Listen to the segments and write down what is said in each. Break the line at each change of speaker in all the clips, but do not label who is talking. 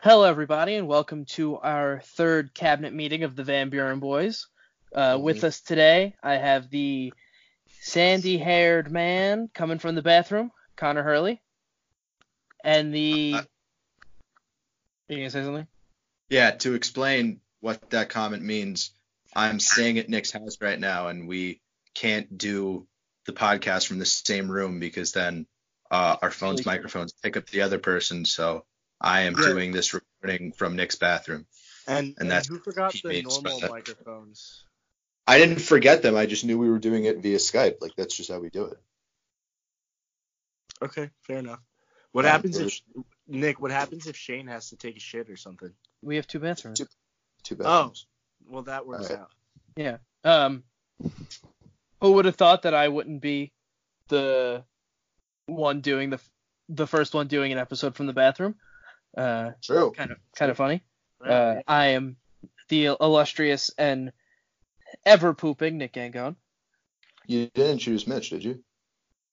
Hello, everybody, and welcome to our third cabinet meeting of the Van Buren Boys. Uh, With us today, I have the sandy haired man coming from the bathroom, Connor Hurley, and the.
Uh,
you gonna say something?
Yeah, to explain what that comment means, I'm staying at Nick's house right now, and we can't do the podcast from the same room because then uh, our phones'
Really?
microphones pick up the other person. So I am
Yeah.
doing this recording from Nick's bathroom.
And, and
that's
who forgot
he
the
means by
normal
that.
microphones?
I didn't forget them. I just knew we were doing it via Skype. Like that's just how we do it.
Okay, fair enough. What
Um,
happens
we're-
if Nick? What happens if Shane has to take a shit or something?
We have two bathrooms.
Too bad.
Oh, well that
Uh,
works
Alright.
out.
Um, who would have thought that I wouldn't be the one doing the f- the first one doing an episode from the bathroom? Uh,
True.
kind of kind of funny. Uh,
Alright.
I am the illustrious and ever pooping Nick Angone.
You didn't choose Mitch, did you?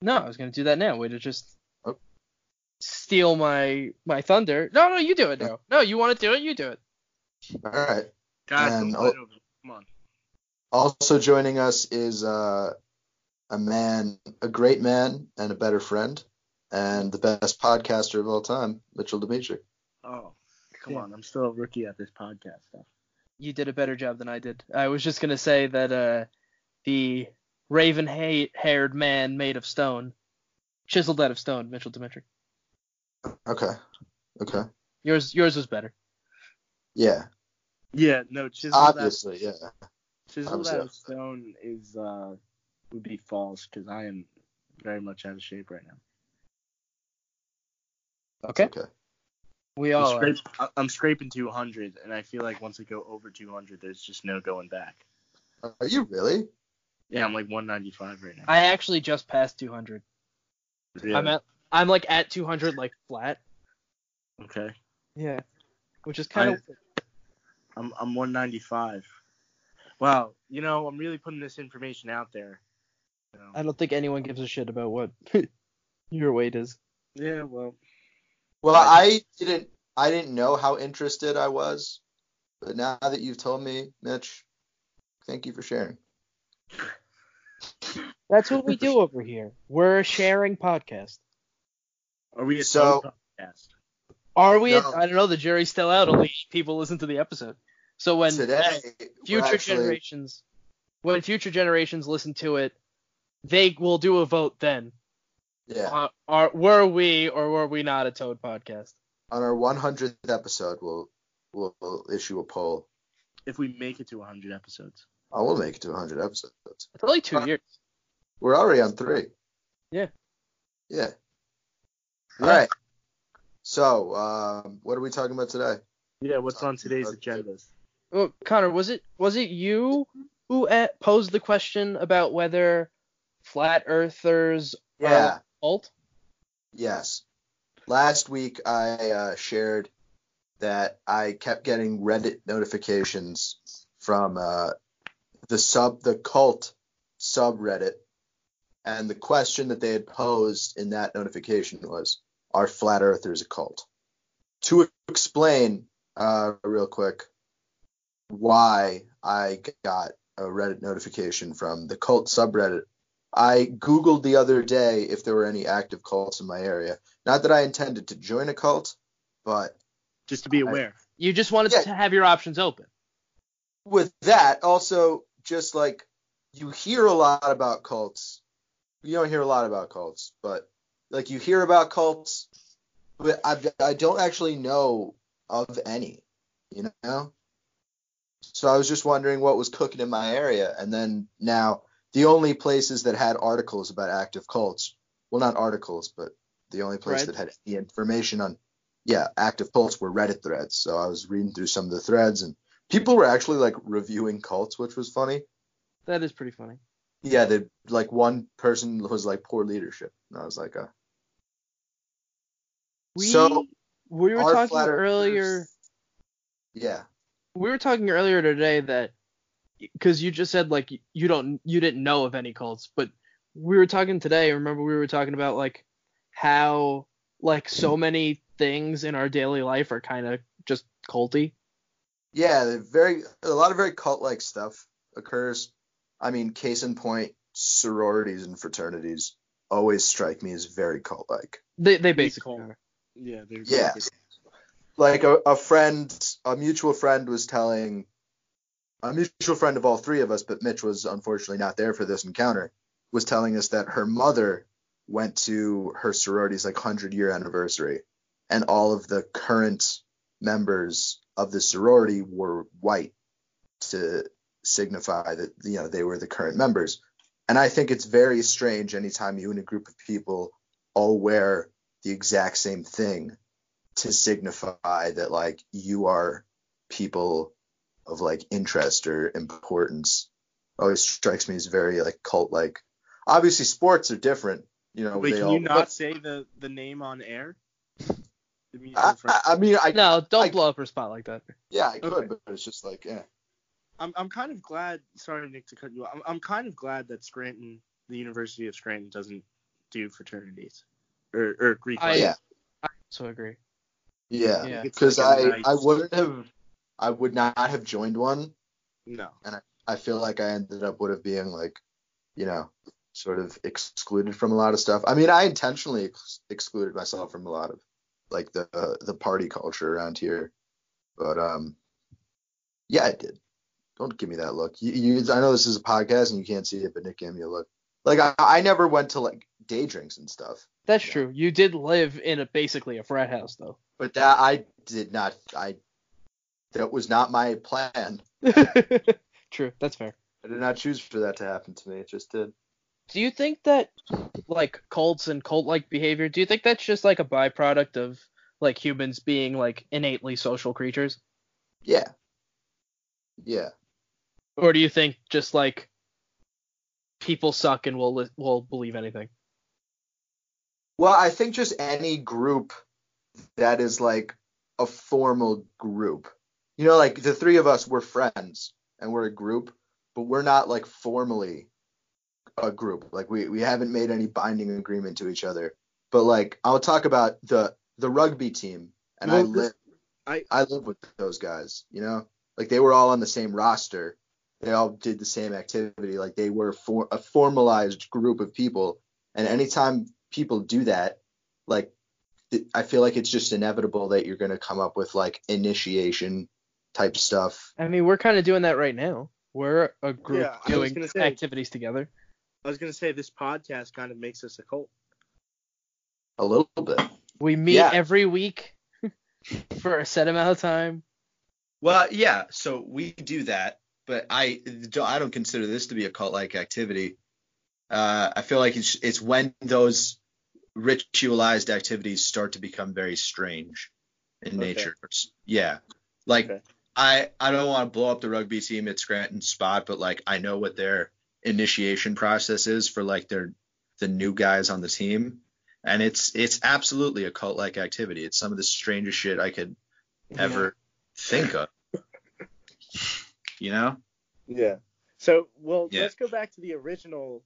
No, I was gonna do that now. Way to just
Oh.
steal my my thunder. No, no, you do it now. No, you want to do it, you do it.
All right.
Guys,
and
don't
I'll-
fight over it. come on.
Also joining us is uh, a man, a great man, and a better friend, and the best podcaster of all time, Mitchell Dimitri.
Oh, come
Yeah.
on. I'm still a rookie at this podcast stuff.
You did a better job than I did. I was just gonna say that uh, the raven haired man made of stone, chiseled out of stone, Mitchell Dimitri.
Okay. Okay.
Yours yours was better.
Yeah.
Yeah, no, chiseled
Obviously.
out,
Yeah.
chiseled
obviously.
out of stone is uh would be false because I am very much out of shape right now.
Okay.
Okay.
We
I'm,
all are.
scrap- I- I'm scraping 200, and I feel like once I go over 200, there's just no going back.
Are you really?
Yeah, I'm like 195 right now.
I actually just passed 200.
Really?
I'm at I'm like at 200 like flat.
okay.
Yeah. Which is kind of
I'm I'm 195. Wow, you know I'm really putting this information out there. You know.
I don't think anyone gives a shit about what your weight is.
Yeah, well,
Well,
I-
I didn't. I didn't know how interested I was, but now that you've told me, Mitch, thank you for sharing.
That's what we do over here. We're a sharing podcast.
are we a
So-
solo podcast?
Are we?
No.
I don't know. The jury's still out. Only eight people listen to the episode. So when
Today,
future
we're actually-
generations, when future generations listen to it, they will do a vote then.
Yeah.
Are, are were we or were we not a Toad podcast?
On our 100th episode, we'll we'll, we'll issue a poll.
If we make it to 100 episodes.
I will make it to 100 episodes.
It's only two
Uh,
years.
We're already on three.
Yeah.
Yeah.
Yeah.
All right. So, um, what are we talking about today?
Yeah, what's on today's
Okay.
agendas?
Well, Connor, was it was it you who uh, posed the question about whether flat earthers
Yeah.
Uh,
are alt?
Yes. Last week I uh, shared that I kept getting Reddit notifications from uh, the sub the cult subreddit, and the question that they had posed in that notification was, "Are flat earthers a cult?" To explain uh, real quick why I got a Reddit notification from the cult subreddit I Googled the other day if there were any active cults in my area. Not that I intended to join a cult, but
Just to be
I-
aware.
You just wanted
Yeah.
to have your options open.
with that, also, just like you hear a lot about cults. You don't hear a lot about cults, but like you hear about cults, but I, I don't actually know of any, you know? So I was just wondering what was cooking in my area. And then now the only places that had articles about active cults, well, not articles, but the only place
Threads.
that had any information on, yeah, active cults were Reddit threads. So I was reading through some of the threads and people were actually like reviewing cults, which was funny.
That is pretty funny.
Yeah, they like one person was like poor leadership. And I was like, uh,
We,
So,
we were
are
talking
flat earthers-
earlier.
yeah,
We were talking earlier today that because you just said like you don't you didn't know of any cults, but we were talking today. Remember we were talking about like how like so many things in our daily life are kind of just culty.
Yeah, they're very a lot of very cult-like stuff occurs. I mean, case in point, sororities and fraternities always strike me as very cult-like.
They they basically
cult.
are.
Yeah, there's
Yeah. Like a, a friend, a mutual friend was telling a mutual friend of all three of us, but Mitch was unfortunately not there for this encounter, was telling us that her mother went to her sorority's like 100 year anniversary and all of the current members of the sorority were white to signify that you know they were the current members and i think it's very strange anytime you and a group of people all wear the exact same thing to signify that like you are people of like interest or importance always strikes me as very like cult like obviously sports are different you know
Wait,
they
can
all
you not say the, the name on air? The mutual
I,
friend.
I, I mean i
No, don't
I-
blow up her spot like that.
Yeah, I could,
Okay.
but it's just like, eh. yeah.
I'm, I'm kind of glad. Sorry, Nick, to cut you off. I'm, I'm kind of glad that Scranton, the University of Scranton, doesn't do fraternities or, or Greek.
I-
life.
yeah,
So I agree.
yeah.
yeah.
It's
Because
like a
I,
nice-
I wouldn't have, I would not have joined one.
No.
I feel like I ended up would have being like, you know, sort of excluded from a lot of stuff. I mean, I intentionally ex- excluded myself from a lot of, like the uh, the party culture around here, but um, yeah, I did. Don't give me that look. You, you, I know this is a podcast and you can't see it, but Nick gave me a look. Like I, I never went to like day drinks and stuff.
That's
Yeah.
true. You did live in a basically a frat house though.
But that I did not. I that was not my plan.
true. That's fair.
I did not choose for that to happen to me. It just did.
Do you think that like cults and cult-like behavior? Do you think that's just like a byproduct of like humans being like innately social creatures,
Yeah. Yeah.
or do you think just like people suck and will li- will believe anything?
Well, I think just any group that is like a formal group. You know, like the three of us, we're friends and we're a group, but we're not like formally a group. Like we, we haven't made any binding agreement to each other. But like I'll talk about the the rugby team and I
Well,
live
I-
I live with those guys, you know? Like they were all on the same roster. They all did the same activity. Like they were for, a formalized group of people. And anytime people do that, like th- I feel like it's just inevitable that you're going to come up with like initiation type stuff.
I mean, we're kind of doing that right now. We're a group
Yeah, I was
doing
gonna say-
activities together.
I was gonna say this podcast kind of makes us a cult.
A little bit.
We meet
Yeah.
every week for a set amount of time.
Well, yeah. So we do that, but I don't, I don't consider this to be a cult-like activity. Uh, I feel like it's it's when those ritualized activities start to become very strange in
Okay.
nature. Yeah, like
Okay.
I I don't want to blow up the rugby team at Scranton spot, but like I know what their initiation process is for like their the new guys on the team, and it's it's absolutely a cult-like activity. It's some of the strangest shit I could ever think of. You know?
Yeah. So well,
Yeah.
let's go back to the original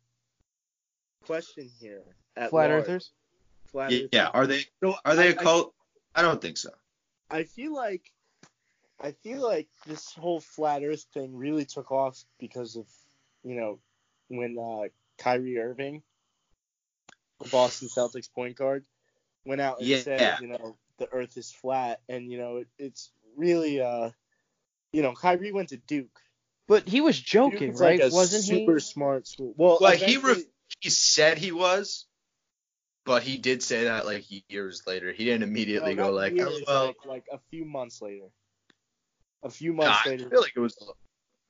question here. At
Flat
large.
earthers.
Flat
Yeah.
earthers.
Are they
So
are they a
I- I-
cult? I don't think so.
I feel like I feel like this whole flat Earth thing really took off because of you know when uh, Kyrie Irving, the Boston Celtics point guard, went out and said
Yeah.
you know the Earth is flat, and you know it, it's really uh you know Kyrie went to Duke.
But he was joking,
Duke's
right?
Like a
Wasn't
super
he?
smart school. Well,
Well, he
eventually-
ref- he said he was, but he did say that like years later. He didn't
no,
immediately go
not
like,
years,
oh, well,
like, like a few months later. A few
nah,
months
I
later.
feel like it was.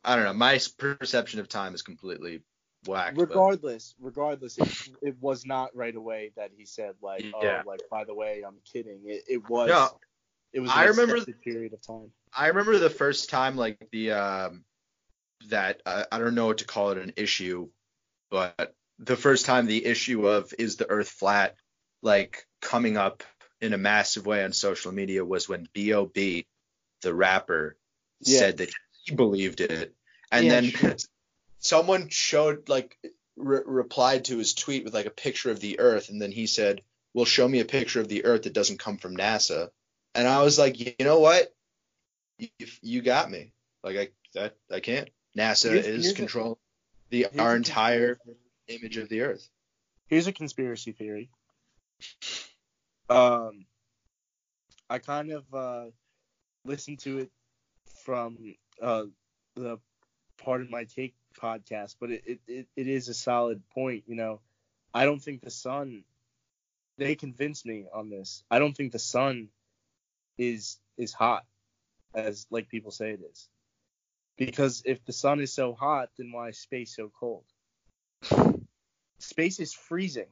I don't know. My s- perception of time is completely whacked. but-
regardless, regardless, it, it was not right away that he said like,
Mm, Yeah.
oh, like by the way, I'm kidding. It, it was.
No,
it was. an
I remember-
extended period of time.
I remember the first time like the um that uh, I don't know what to call it an issue, but the first time the issue of is the Earth flat like coming up in a massive way on social media was when B.O.B. the rapper
Yeah.
said that he believed it, and
Yeah,
then someone showed like re- replied to his tweet with like a picture of the Earth, and then he said, "Well, show me a picture of the Earth that doesn't come from NASA." And I was like, you know what? you, you got me. Like I that I can't. NASA
Here's-
is
here's a-
controlling the
Here's
our
a
entire
conspiracy-
image of the Earth.
Here's a conspiracy theory. Um, I kind of uh, listened to it from uh, the part of my take podcast, but it, it, it, it is a solid point. You know, I don't think the sun. They convinced me on this. I don't think the sun is is hot, as like people say it is, because if the sun is so hot, then why is space so cold? Space is freezing.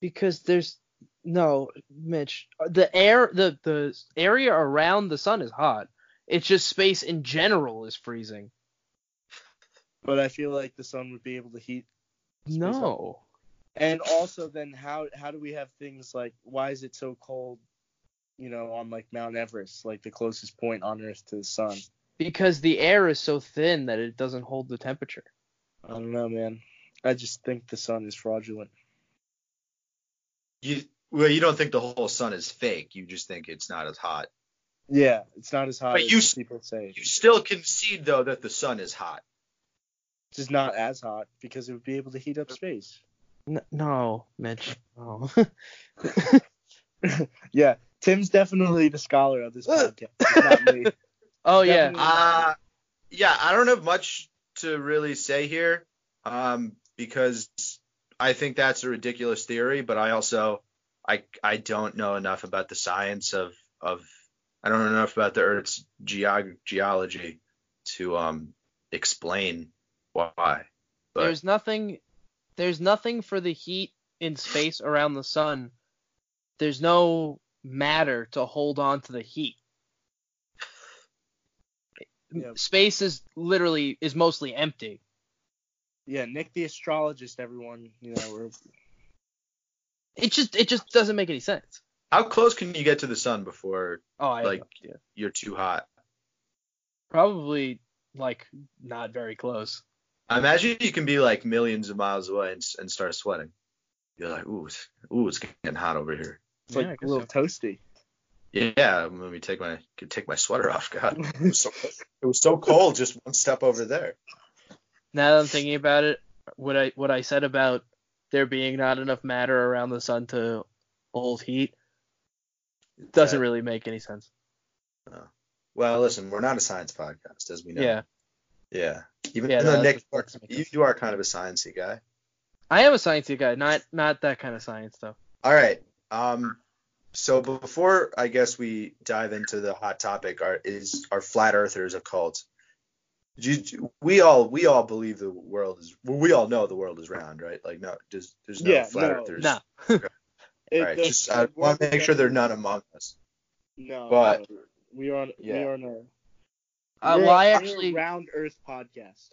Because there's no Mitch. The air, the the area around the sun is hot. It's just space in general is freezing.
But I feel like the sun would be able to heat.
No,
And also, then how how do we have things like why is it so cold? You know, on like Mount Everest, like the closest point on Earth to the sun.
because the air is so thin that it doesn't hold the temperature.
I don't know, man. I just think the sun is fraudulent.
You well, you don't think the whole sun is fake. You just think it's not as hot.
Yeah, it's not as hot
But
as
you-
people say.
You still concede though that the sun is hot.
It's just not as hot because it would be able to heat up space.
N- no, Mitch. No.
Yeah, Tim's definitely the scholar of this podcast. It's not me.
oh yeah.
Definitely.
Uh, yeah, I don't have much to really say here um, because I think that's a ridiculous theory, but I also I I don't know enough about the science of of I don't know enough about the Earth's geog- geology to um explain why. But
there's nothing there's nothing for the heat in space around the sun there's no matter to hold on to the heat
Yeah.
space is literally is mostly empty
Yeah, Nick the astrologist, everyone. You know, we're
it just it just doesn't make any sense
how close can you get to the sun before
oh i
Like-
like yeah.
you're too hot?
probably like not very close
I imagine you can be like millions of miles away and, s- and start sweating. You're like, ooh, it's- ooh, it's getting hot over here.
it's
Yeah, I
like a
guess
little toasty.
Yeah, let me take my could take my sweater off. God, it was so, it was so cold just one step over there.
now that i'm thinking about it what i what i said about there being not enough matter around the sun to hold heat doesn't
Yeah.
really make any sense
Well, listen, we're not a science podcast, as we know.
yeah
Yeah. Even
Yeah,
though
no,
Nick,
that's- that's-
you, you are kind of a sciencey guy.
I am a sciencey guy, not not that kind of science though.
All right. Um. So before I guess we dive into the hot topic, are is are flat earthers a cult? Do you, we all we all believe the world is well, we all know the world is round, right? Like no, there's there's no
Yeah,
flat
no.
earthers.
No,
All
It-
right.
the-
Just I
the
want to
world
make
is
sure there are
empty.
none among us.
No,
But-
no, we are on
Yeah.
we are on a
uh,
we're
well, I
a- we're a
actually
round Earth podcast.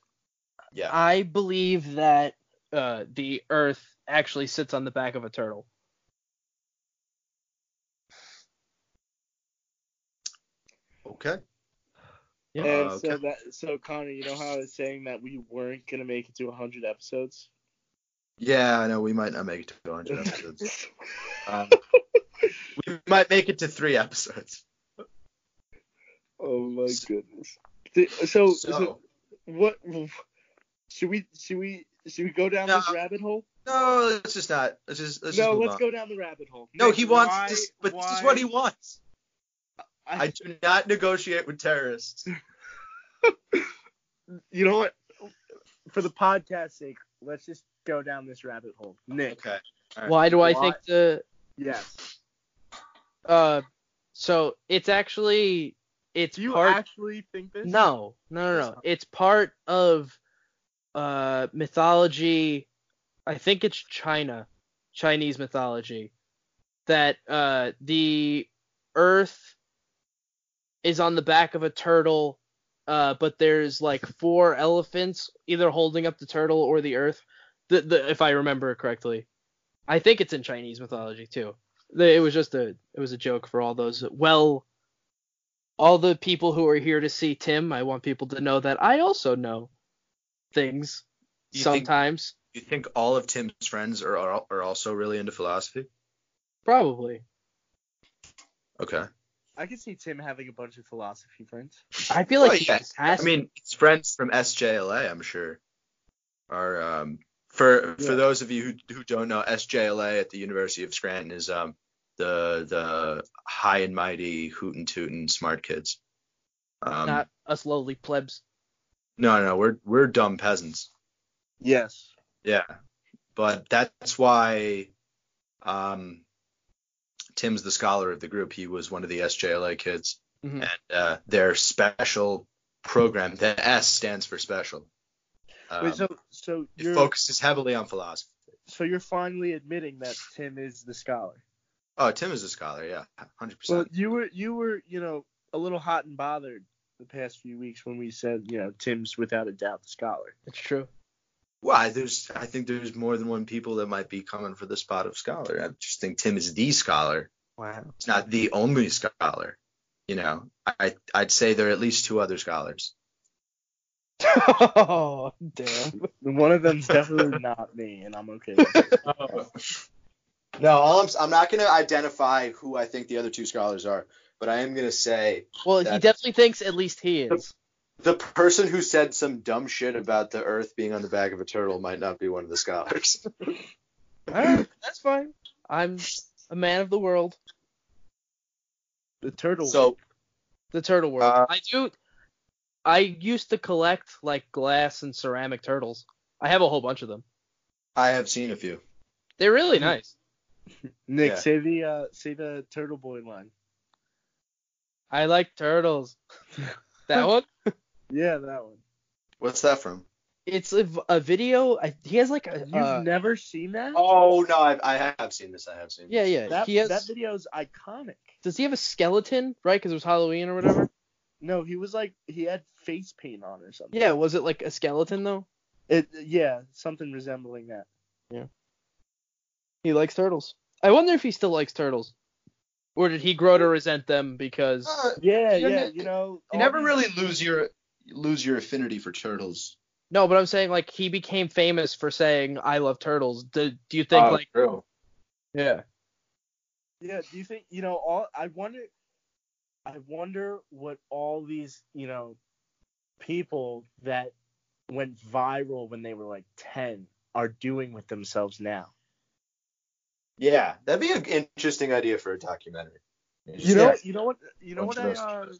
Yeah.
I believe that uh, the Earth actually sits on the back of a turtle.
Okay.
Yeah.
And
Uh,
so that so Connor, you know how I was saying that we weren't gonna make it to 100 episodes.
Yeah, I know we might not make it to 100 episodes. um, we might make it to three episodes.
oh my
So-
goodness. Th- So,
So,
so, what should we should we should we go down
No.
this rabbit hole?
no, let's just not. Let's just let's
no,
just move
let's
on.
go down the rabbit hole.
No,
Nick,
he wants
why-
this, but this is
why-
what he wants. I
I,
do not negotiate with terrorists.
you know what? For the podcast's sake, let's just go down this rabbit hole. Nick.
Okay. All right.
Why do I
Why-
think the
Yes.
uh? So it's actually it's
Do you
part.
actually think this?
No, no, no, no. It's part of uh mythology. I think it's China, Chinese mythology, that uh the Earth is on the back of a turtle, uh, but there's like four elephants either holding up the turtle or the Earth. The, the if I remember correctly, I think it's in Chinese mythology too. The, it was just a it was a joke for all those well all the people who are here to see Tim, I want people to know that I also know things
You think-
sometimes.
You think all of Tim's friends are are also really into philosophy?
Probably.
Okay.
I could see Tim having a bunch of philosophy friends.
I feel like
Oh,
he
yeah.
just has
I mean, it's friends from SJLA, I'm sure, are um, for for
Yeah.
those of you who, who don't know, SJLA at the University of Scranton is um the the high and mighty hootin' tootin' smart kids. Um,
not us lowly plebs.
no, no, we're we're dumb peasants.
Yes.
Yeah, but that's why um, Tim's the scholar of the group. He was one of the SJLA kids,
Mhm.
Mm-hmm.
and uh, their special program. The S stands for special. Um,
Wait, so so
it
you're
focuses heavily on philosophy.
so you're finally admitting that Tim is the scholar.
Oh, Tim is a scholar. Yeah, hundred
Well,
percent.
you were you were you know a little hot and bothered the past few weeks when we said you know Tim's without a doubt the scholar.
It's true.
Why? There's, I think there's more than one people that might be coming for the spot of scholar. I just think Tim is the scholar.
Wow.
It's not the only scholar. You know, I I'd say there are at least two other scholars.
oh, damn.
One of them's definitely not me, and I'm okay. With it.
No, all I'm, I'm not going to identify who I think the other two scholars are, but I am going to say
Well,
That's-
he definitely thinks at least he is.
the person who said some dumb shit about the Earth being on the back of a turtle might not be one of the scholars.
All right, that's fine. I'm a man of the world,
The turtle.
so
the turtle world.
Uh,
I do. I used to collect like glass and ceramic turtles. I have a whole bunch of them.
I have seen a few.
They're really
Mhm.
Hmm.
nice.
Nick,
yeah.
say the uh, say the turtle boy line.
I like turtles. that one.
Yeah, that one.
What's that from?
It's a, v- a video. I, he has like a.
You've
Uh,
never seen that?
Oh no, I, I have seen this. I have seen.
yeah,
this.
yeah.
that,
he has.
that video is iconic.
does he have a skeleton? Right, because it was Halloween or whatever.
No, he was like he had face paint on or something.
Yeah, was it like a skeleton though?
It, yeah, something resembling that.
He likes turtles. I wonder if he still likes turtles, or did he grow to resent them because?
Uh,
Yeah,
You're
yeah,
ne-
you know.
you
all
never
these-
really lose your lose your affinity for turtles.
No, but I'm saying like he became famous for saying I love turtles. Do, do you
Uh,
think like
Oh, true.
yeah?
Yeah, do you think you know all? I wonder. I wonder what all these you know people that went viral when they were like ten are doing with themselves now.
Yeah, that'd be an interesting idea for a documentary.
You know, you know what, you know
Bunch
what I.
of
Uh,
those.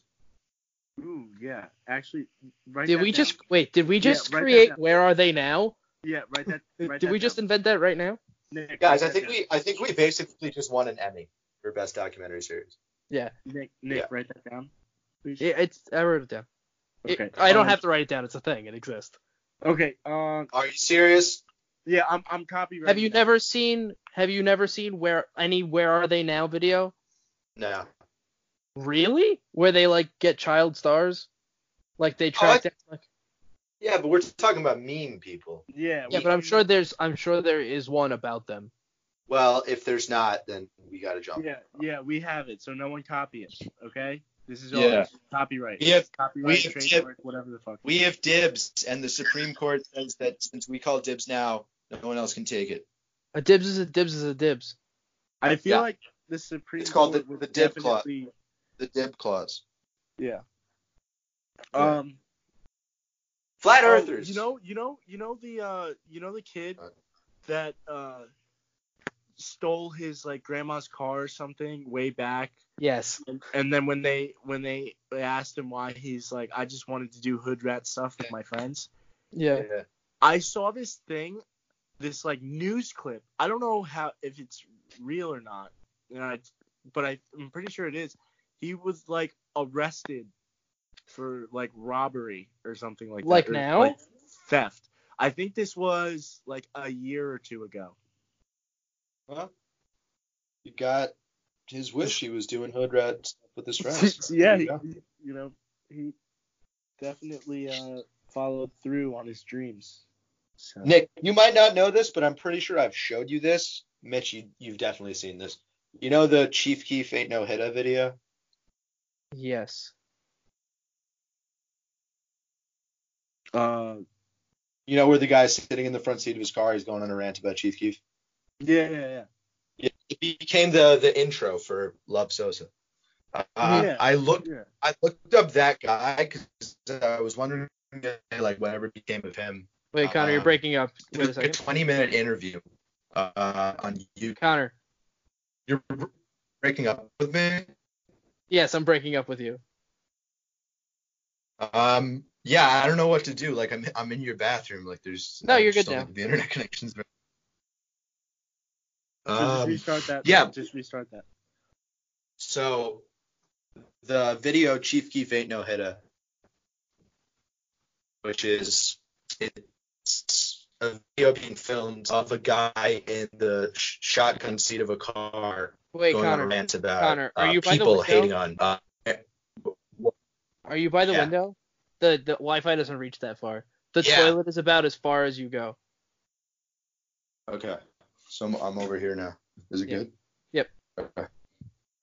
ooh, yeah, actually, right.
Did we just wait? Did we
Yeah,
just
write that
create
down.
where are they now?
Yeah, right. That. Write
did
that
we just
down.
invent that right now?
Nick,
Guys, I
write that
think
down.
we I think we basically just won an Emmy for best documentary series.
Nick, Nick,
Yeah.
write that down. Please.
Yeah, it's I wrote it down. It-
Okay.
I don't
Um,
have to write it down. It's a thing. It exists.
Okay. Um.
Are you serious?
Yeah, I'm. I'm copyrighted.
Have you
now.
never seen Have you never seen where any Where Are They Now video?
No.
Really? Where they like get child stars? Like they
I-
track down like
Yeah, but we're talking about mean people.
Yeah.
yeah,
we-
but I'm sure there's I'm sure there is one about them.
Well, if there's not, then we gotta jump.
Yeah, yeah, we have it. So no one copy it, okay? This is all
Yeah.
copyright.
We have-
copyright,
we have-
trademark, whatever the fuck.
We have dibs, and the Supreme Court says that since we call dibs now, no one else can take it.
A dibs is a dibs is a dibs.
I feel
yeah.
like the Supreme
It's called the-
Court would
the dip clause.
definitely-
The dib clause.
Yeah.
Yeah.
Um
Flat
oh,
earthers.
you know you know you know the uh you know the kid
Uh.
that uh stole his like grandma's car or something way back
Yes.
and, and then when they when they they asked him why he's like I just wanted to do hood rat stuff with my friends.
Yeah.
I saw this thing, this like news clip. I don't know how if it's real or not, and I, but I, I'm pretty sure it is. He was like arrested for like robbery or something like that.
Like
or,
now?
like, theft. I think this was like a year or two ago.
Well, he got his wish. He was doing hood rat stuff with his friends.
yeah,
There
he,
you go.
he- you know, he definitely uh, followed through on his dreams. So.
Nick, you might not know this, but I'm pretty sure I've showed you this. Mitch, you, you've definitely seen this. You know the Chief Keef Ain't No Hitta video?
Yes.
Uh,
You know where the guy's sitting in the front seat of his car, he's going on a rant about Chief Keef?
yeah, yeah, yeah.
It became the, the intro for Love Sosa. Uh,
Yeah.
I looked
Yeah.
I looked up that guy because I was wondering like whatever became of him.
Wait, Connor, you're
Uh,
breaking up.
It
Wait a
was like a
second.
20 minute interview uh, on you.
Connor,
You're breaking up with me.
yes, I'm breaking up with you.
Um, yeah, I don't know what to do. Like I'm I'm in your bathroom. Like there's
No,
I
you're
just
good
don't
now.
think The internet connections.
just
Um,
restart that.
yeah.
Just restart that.
so the video Chief Keef ain't no hitter, which is it's a video being filmed of a guy in the sh- shotgun seat of a car
Wait,
going on a
Connor,
rant about
Connor, are
uh,
you by the
people
window?
hating on. Uh,
are you by the
yeah.
window? The the Wi-Fi doesn't reach that far. The
Yeah.
toilet is about as far as you go.
okay, so I'm, I'm over here now. Is it
Yeah.
good?
Yep.
Okay. All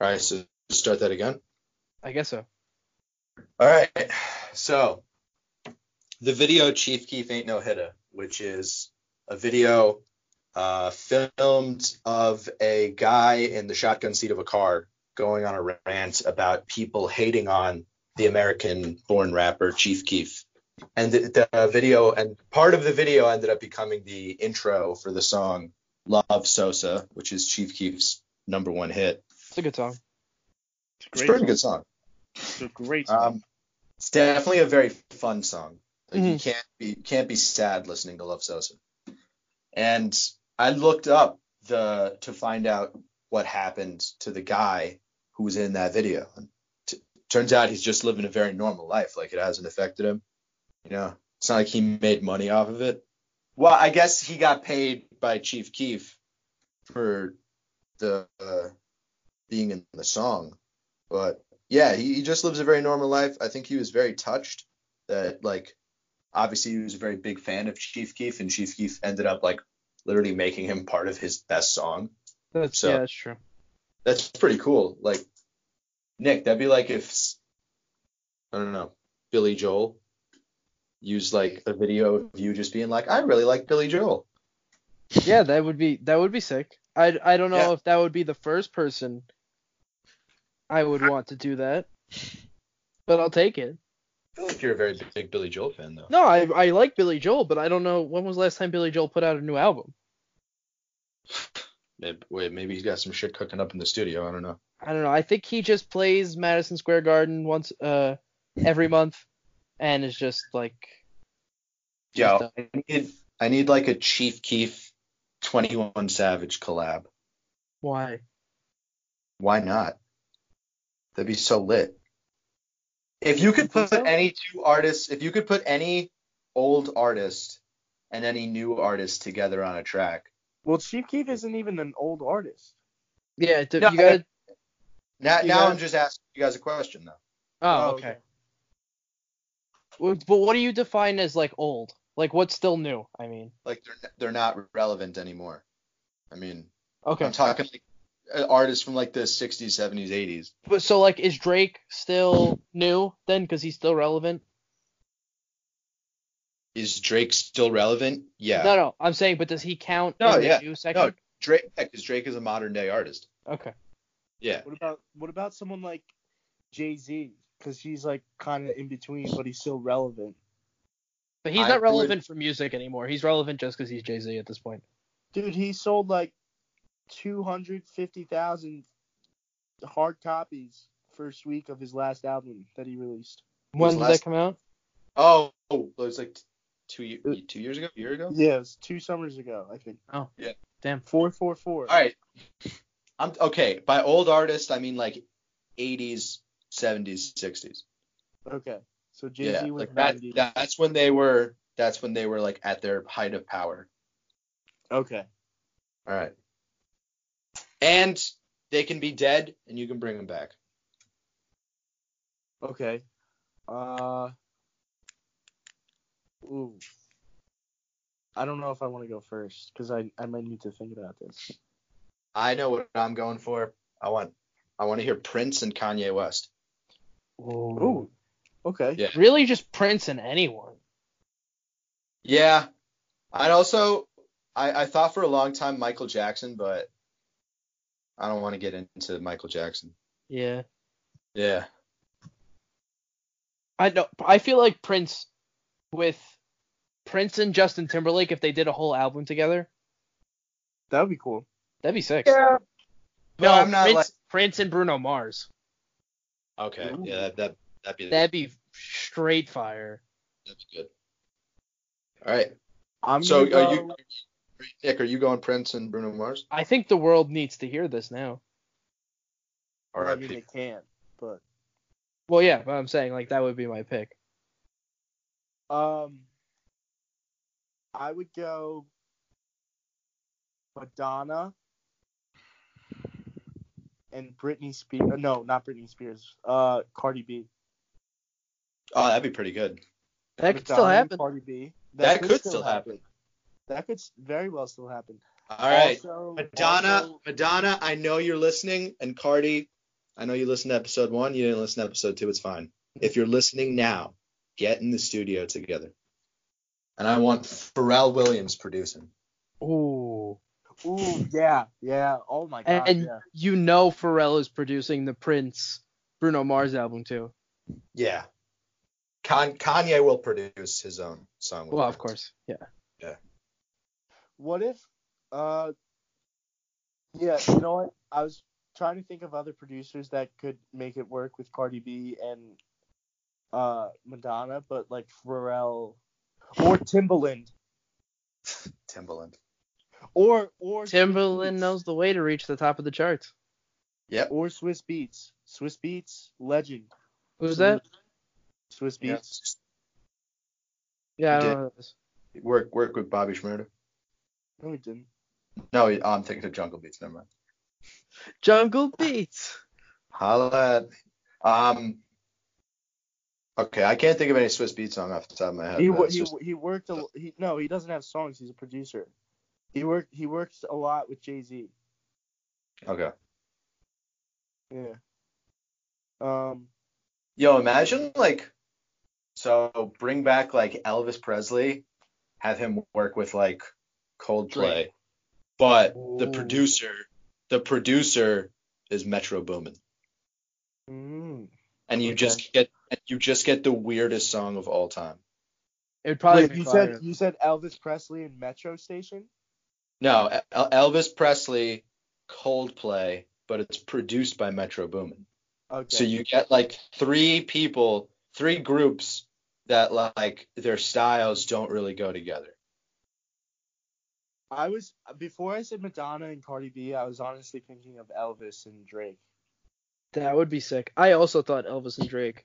right, so start that again.
I guess so.
All right. So the video Chief Keef Ain't No Hitter, which is a video uh, filmed of a guy in the shotgun seat of a car going on a rant about people hating on the American born rapper Chief Keef. And the, the video and part of the video ended up becoming the intro for the song Love Sosa, which is Chief Keef's number one hit.
It's a good song.
It's
It's a
a
great.
pretty
song.
good song.
It's a great. song.
Um, it's definitely a very fun song. Like You
Mhm.
can't be you can't be sad listening to Love Sosa. And I looked up the to find out what happened to the guy who was in that video. And t- turns out he's just living a very normal life. Like it hasn't affected him. You know, it's not like he made money off of it. Well, I guess he got paid by Chief Keef for the uh, being in the song, but yeah, he, he just lives a very normal life. I think he was very touched that like obviously he was a very big fan of Chief Keef and Chief Keef ended up like literally making him part of his best song.
That's
So-
yeah, that's true.
That's pretty cool. Like Nick, that'd be like if s- I don't know, Billy Joel used like a video of you just being like, I really like Billy Joel.
Yeah, that would be that would be sick. I I don't know
Yeah.
if that would be the first person I would want to do that, but I'll take it.
I feel like you're a very big Billy Joel fan though.
No, I I like Billy Joel, but I don't know when was the last time Billy Joel put out a new album.
Maybe, wait, maybe he's got some shit cooking up in the studio. I don't know.
I don't know. I think he just plays Madison Square Garden once uh every month, and is just like
Yeah,
just, uh,
I need I need like a Chief Keef 21 Savage collab.
why?
Why not? That'd be so lit. If you could put
Think so?
any two artists, if you could put any old artist and any new artist together on a track.
well, Chief Keef isn't even an old artist.
Yeah, d-
No,
you gotta.
Now,
You
now
got-
I'm just asking you guys a question though.
Oh, okay. Well, But what do you define as like old? Like what's still new? I mean,
Like they're they're not relevant anymore. I mean,
okay.
I'm talking like uh, artists from like the 60s, 70s, 80s.
But so like, is Drake still new then? Because he's still relevant.
Is Drake still relevant? Yeah.
No, no. I'm saying, but does he count
No,
in the
yeah.
new
No,
section?
Drake, because Drake is a modern day artist.
Okay.
Yeah.
What about what about someone like Jay Z? Because he's like kind of in between, but he's still relevant.
But he's
I
not
would-
relevant for music anymore. He's relevant just because he's Jay Z at this point.
Dude, he sold like 250,000 hard copies first week of his last album that he released.
When did
last-
that come out?
Oh, it was like t- two ye- two years ago, a year ago.
Yeah, it was two summers ago, I think.
Oh,
Yeah.
Damn.
444.
All right. I'm okay. By old artist, I mean like 80s, 70s, 60s.
Okay. So Jay Z
Yeah,
was
like that,
90.
that's when they were. That's when they were like at their height of power.
Okay.
All right. And they can be dead, and you can bring them back.
Okay. Uh. Ooh. I don't know if I want to go first because I, I might need to think about this.
I know what I'm going for. I want. I want to hear Prince and Kanye West.
Ooh. Okay.
Hmm. Yeah.
Really, just Prince and anyone.
Yeah. I'd also I, I thought for a long time Michael Jackson, but I don't want to get into Michael Jackson.
Yeah.
Yeah.
I know. I feel like Prince with Prince and Justin Timberlake, if they did a whole album together,
That would be cool.
that'd be sick.
Yeah.
No,
But I'm not
Prince,
like-
Prince and Bruno Mars.
Okay.
Ooh.
Yeah, that, that that'd be
That'd be straight fire.
that's good. All right.
I'm
so
gonna
are you,
go-
Nick? Are you going Prince and Bruno Mars?
I think the world needs to hear this now.
All
I
right.
mean, they can, but
Well, yeah, but I'm saying like that would be my pick.
um, I would go Madonna and Britney Spears. No, not Britney Spears. Uh, Cardi B.
Oh, that'd be pretty good.
That could
Madonna
still
and
happen.
Cardi B.
That could still happen.
That could s- very well still happen.
All right.
Also-
Madonna,
also-
Madonna, I know you're listening, and Cardi, I know you listened to episode one. You didn't listen to episode two. It's fine. If you're listening now, get in the studio together.
And I want Pharrell Williams producing.
Ooh.
Ooh, yeah, yeah. Oh my god.
And
yeah.
you know Pharrell is producing the Prince Bruno Mars album too.
Yeah. Con- Kanye will produce his own song.
Well, of course. Yeah.
What if? Uh, yeah. You know what? I was trying to think of other producers that could make it work with Cardi B and uh Madonna, but like Pharrell or Timbaland
Timbaland.
or or Swiss
Timberland
Beats.
knows the way to reach the top of the charts.
Yep.
or Swiss Beats. Swiss Beats legend.
Who's that?
Swiss
Yeah.
Beats.
Yeah, I
Dick.
don't know. who that is.
Work work with Bobby Schmurda.
No, he didn't.
No, I'm thinking of Jungle Beats. Never mind.
Jungle Beats.
Holla. at- Um. Okay, I can't think of any Swiss Beat song off the top of my head.
he
but
wo-
it's
he,
just-
he worked a l- he no he doesn't have songs he's a producer he worked he works a lot with jay-z
okay.
yeah um
Yo, imagine like, so bring back like Elvis Presley, have him work with like Coldplay,
But the
Ooh.
producer, the producer is Metro Boomin,
mm,
and you just get you just get the weirdest song of all time.
It would probably
wait,
be
you
fire.
said you said elvis presley and metro station
No, El- Elvis Presley, Coldplay, but it's produced by Metro Boomin.
okay
So you get like three people, three groups that like their styles don't really go together.
i was before i said madonna and cardi b i was honestly thinking of elvis and drake
That would be sick. I also thought Elvis and Drake.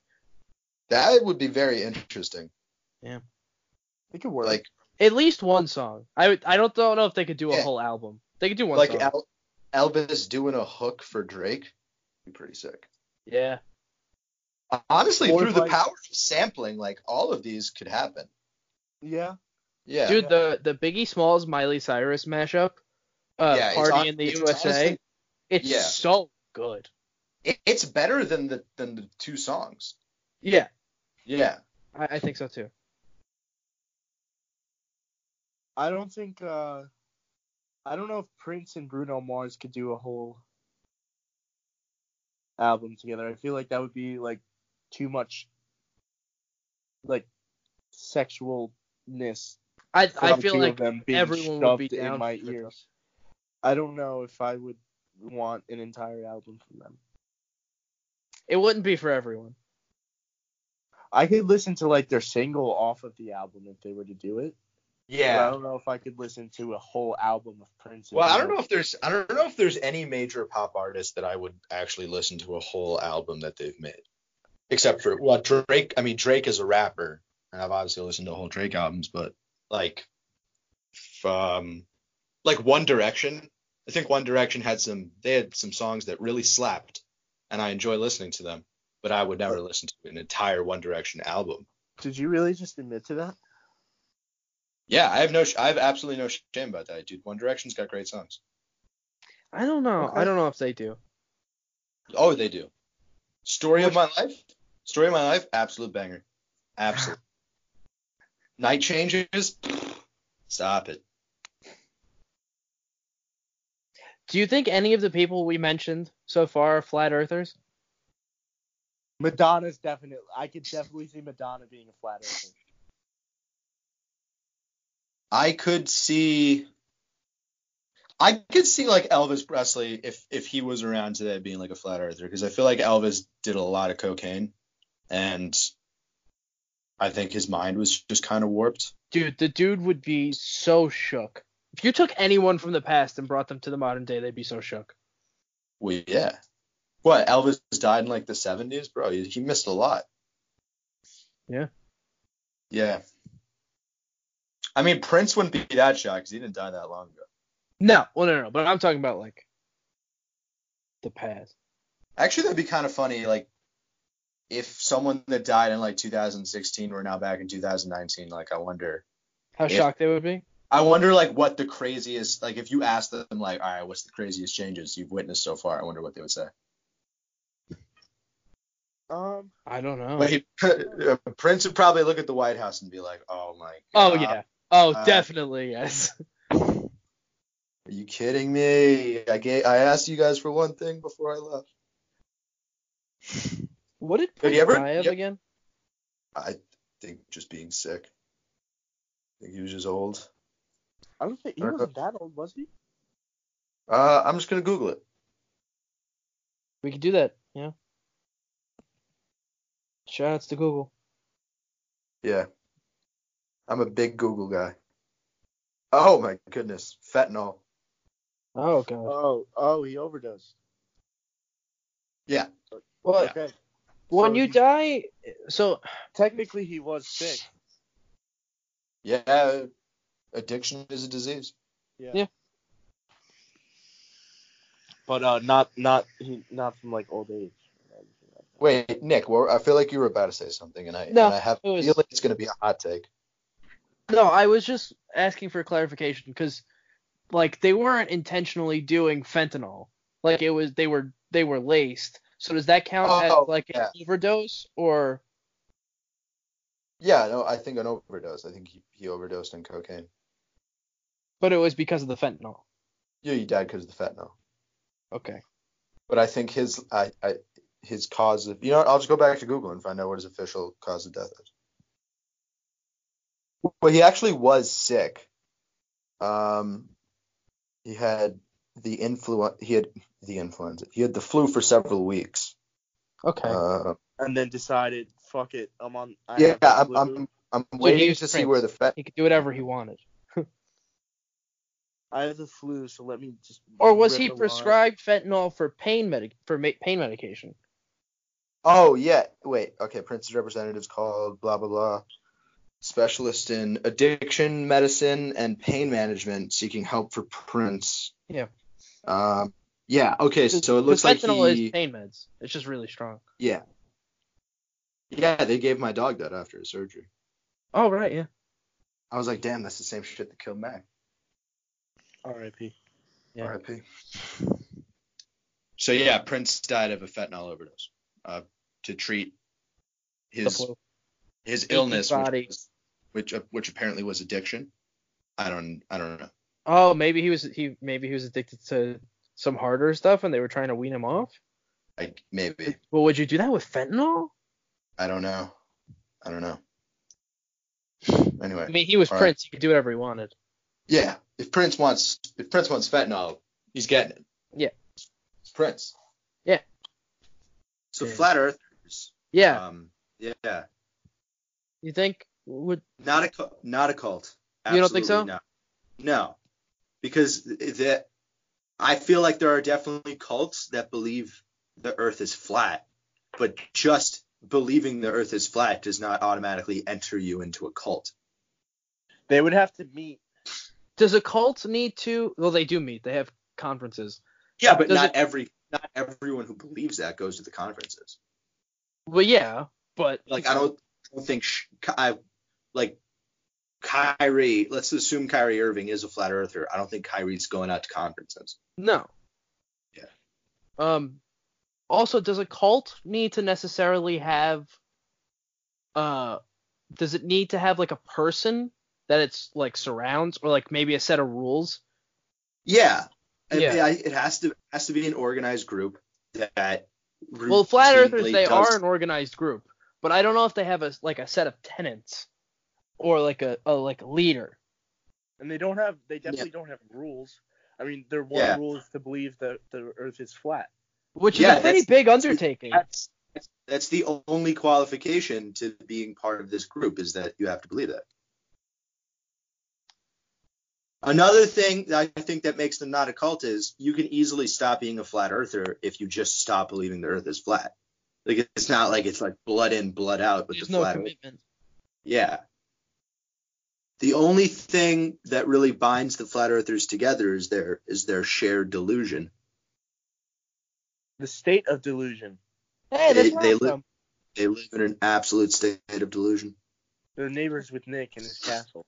That would be very interesting.
it could work
Like
At least one song. I would, I don't don't know if they could do a
Yeah.
whole album. They could do one
like
song.
El- Elvis doing a hook for Drake, be pretty sick.
yeah.
Honestly,
Or
through the
like-
power of sampling, like all of these could happen.
yeah
Yeah.
Dude, the the Biggie Smalls Miley Cyrus mashup, uh,
Yeah, it's
Party
hon-
in the
it's
USA.
honestly-
it's
yeah.
so good.
It, it's better than the than the two songs.
Yeah,
Yeah.
I, I think so too.
i don't think uh i don't know if prince and bruno mars could do a whole album together i feel like that would be like too much like sexualness
I I
from
feel
two
like
of them being
everyone would be
shoved
down
in my
for it, though.
ears i don't know if i would want an entire album from them
it wouldn't be for everyone.
i could listen to like their single off of the album if they were to do it but i
Yeah.
don't know if i could listen to a whole album of prince and
Well, I
Bruno
don't know if there's I don't know if there's any major pop artist that I would actually listen to a whole album that they've made. Except for well, Drake I mean Drake is a rapper, and I've obviously listened to whole Drake albums, but like f- um like One Direction. I think One Direction had some they had some songs that really slapped and I enjoy listening to them, but I would never listen to an entire One Direction album.
did you really just admit to that
Yeah, I have no sh- I have absolutely no shame about that, dude. One Direction's got great songs.
I don't know.
Okay.
I don't know if they do.
Oh, they do. Story of my life. Story of my life. Absolute banger. Absolute. Night changes. Stop it.
Do you think any of the people we mentioned so far are flat earthers?
Madonna's definitely. I could definitely see Madonna being a flat earther.
I could see. I could see like Elvis Presley if if he was around today being like a flat earther because I feel like Elvis did a lot of cocaine, and I think his mind was just kind of warped.
Dude, the dude would be so shook. If you took anyone from the past and brought them to the modern day, they'd be so shook.
Well, yeah. What Elvis died in like the seventies, bro? He, he missed a lot.
Yeah.
Yeah. I mean, Prince wouldn't be that shocked because he didn't die that long ago.
No, well, no, no, no, but I'm talking about like the past.
Actually, that'd be kind of funny, like if someone that died in like 2016 were now back in 2019. Like, I wonder.
How
Yeah.
shocked they would be.
I wonder like what the craziest like if you asked them like all right what's the craziest changes you've witnessed so far I wonder what they would say.
Um,
I don't know.
But he, Prince would probably look at the White House and be like oh my.
oh
God,
yeah. Oh,
uh,
definitely yes.
Are you kidding me? I gave, I asked you guys for one thing before I left.
What did
Did
Prince
you ever-
die of
yep.
again?
I think just being sick. I think he was just old.
I don't think he
Erica?
wasn't that old, was he?
Uh, I'm just gonna Google it.
We could do that. Yeah. Shout outs to Google.
Yeah. I'm a big Google guy. Oh my goodness, fentanyl.
Oh god.
Oh, oh, he overdosed.
Yeah.
Well,
Okay.
when
So
you
he-
die, so
technically he was sick.
Yeah, addiction is a disease.
Yeah.
Yeah.
But uh, not not he not from like old age. or anything like that.
Wait, Nick, well, I feel like you were about to say something, and I,
No,
and I have
it was-
a feeling it's gonna be a hot take.
No, I was just asking for clarification because, like, they weren't intentionally doing fentanyl. Like it was, they were they were laced. So does that count
Oh,
as like
yeah.
an overdose or?
Yeah, no, I think an overdose. I think he, he overdosed on cocaine.
But it was because of the fentanyl.
Yeah, he died because of the fentanyl.
Okay.
But I think his I, I his cause of you know what, I'll just go back to Google and find out what his official cause of death is. Well, he actually was sick. Um, he had the influ he had the influenza. He had the flu for several weeks.
Okay.
Uh,
And then decided, fuck it, I'm on. I
yeah,
have the
I'm
flu.
I'm, I'm
he
waiting
was
to see
Prince.
where the fet
he could do whatever he wanted.
I have the flu, so let me just.
Or was
rip
he
a line.
prescribed fentanyl for pain medic for ma- pain medication?
Oh yeah, wait. Okay, Prince's representatives called blah blah blah. Specialist in addiction medicine and pain management, seeking help for Prince.
Yeah.
Um. Yeah. Okay. So it looks like
fentanyl
he.
is pain meds. It's just really strong.
yeah. Yeah, they gave my dog that after his surgery.
Oh right, yeah.
I was like, damn, that's the same shit that killed Mac.
R.I.P.
Yeah.
R.I.P. So yeah, Prince died of a fentanyl overdose uh, to treat
The
his
flu.
his
Leaky
illness,
body.
which, was- which uh, which apparently was addiction. I don't I don't know.
Oh, maybe he was he maybe he was addicted to some harder stuff and they were trying to wean him off.
Like maybe
Well, would you do that with fentanyl?
I don't know. I don't know.
I
Anyway,
mean, he was
All right.
Prince. He could do whatever he wanted.
yeah. If Prince wants if Prince wants fentanyl, he's getting it.
Yeah.
It's Prince.
Yeah.
So
Yeah.
flat earthers.
Yeah.
Um. Yeah.
you think would
Not a cu- not a cult.
You don't think so?
Absolutely No. No, because th- that I feel like there are definitely cults that believe the Earth is flat, but just believing the Earth is flat does not automatically enter you into a cult.
They would have to meet.
does a cult need to? Well, they do meet. They have conferences.
Yeah, but
Does
not
it-
every not everyone who believes that goes to the conferences.
Well, yeah, but
Like I don't, I don't think sh- I like Kyrie. Let's assume Kyrie Irving is a flat earther. I don't think Kyrie's going out to conferences.
no.
Yeah.
Um. Also, does a cult need to necessarily have? Uh, does it need to have like a person that it's like surrounds, or like maybe a set of rules?
Yeah. It,
Yeah.
I- it has to has to be an organized group that
Well, flat earthers
routinely
they
does-
are an organized group, but I don't know if they have a like a set of tenants or like a, a like a leader.
and they don't have they definitely don't have rules. I mean, their one
Yeah.
rule is to believe that the Earth is flat.
Which
Yeah,
is a pretty
that's-
big undertaking.
That's, that's that's the only qualification to being part of this group is that you have to believe that. Another thing that I think that makes them not a cult is you can easily stop being a flat earther if you just stop believing the Earth is flat. Like it's not like it's like blood in, blood out with
There's
the
no
flat. Earth.
commitment.
Yeah. The only thing that really binds the flat earthers together is their is their shared delusion.
The state of delusion.
Hey, that's
They- they
awesome.
live- They live in an absolute state of delusion.
They're neighbors with Nick and his castle.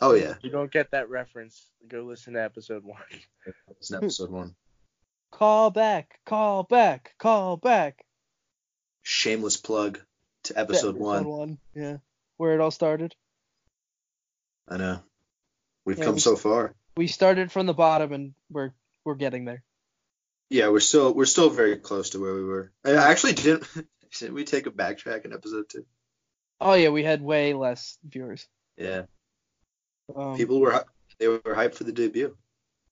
Oh yeah,
If you don't get that reference, go listen to episode one.
it's an episode one.
Call back, call back, call back.
Shameless plug to episode one.
Yeah. Where it all started.
I know. We've
Yeah,
come
we-
so far.
We started from the bottom and we're we're getting there.
Yeah, we're still we're still very close to where we were. I actually didn't. Didn't we take a backtrack in episode two?
Oh yeah, we had way less viewers.
Yeah.
Um,
People were hy- they were hyped for the debut.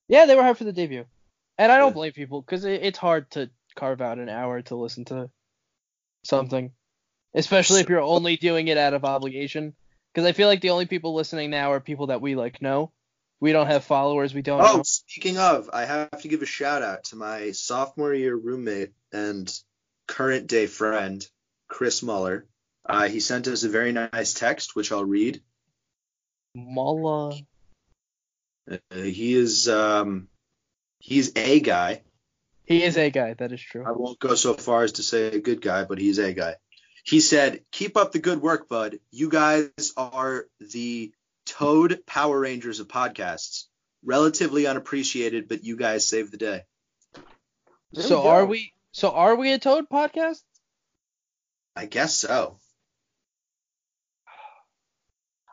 Yeah, they were hyped for the debut, and I don't
Yeah.
blame people because it, it's hard to carve out an hour to listen to something, especially if you're only doing it out of obligation. Because I feel like the only people listening now are people that we like know. We don't have followers. We don't.
Oh,
know.
speaking of, I have to give a shout out to my sophomore year roommate and current day friend, Chris Muller. Uh, he sent us a very nice text, which I'll read.
Mala.
Uh, he is um, he's a guy.
He is a guy. That is true.
I won't go so far as to say a good guy, but he's a guy. He said, "Keep up the good work, bud. You guys are the Toad Power Rangers of podcasts. Relatively unappreciated, but you guys save the day."
There we
so
go.
are we? So are we a Toad podcast?
I guess so.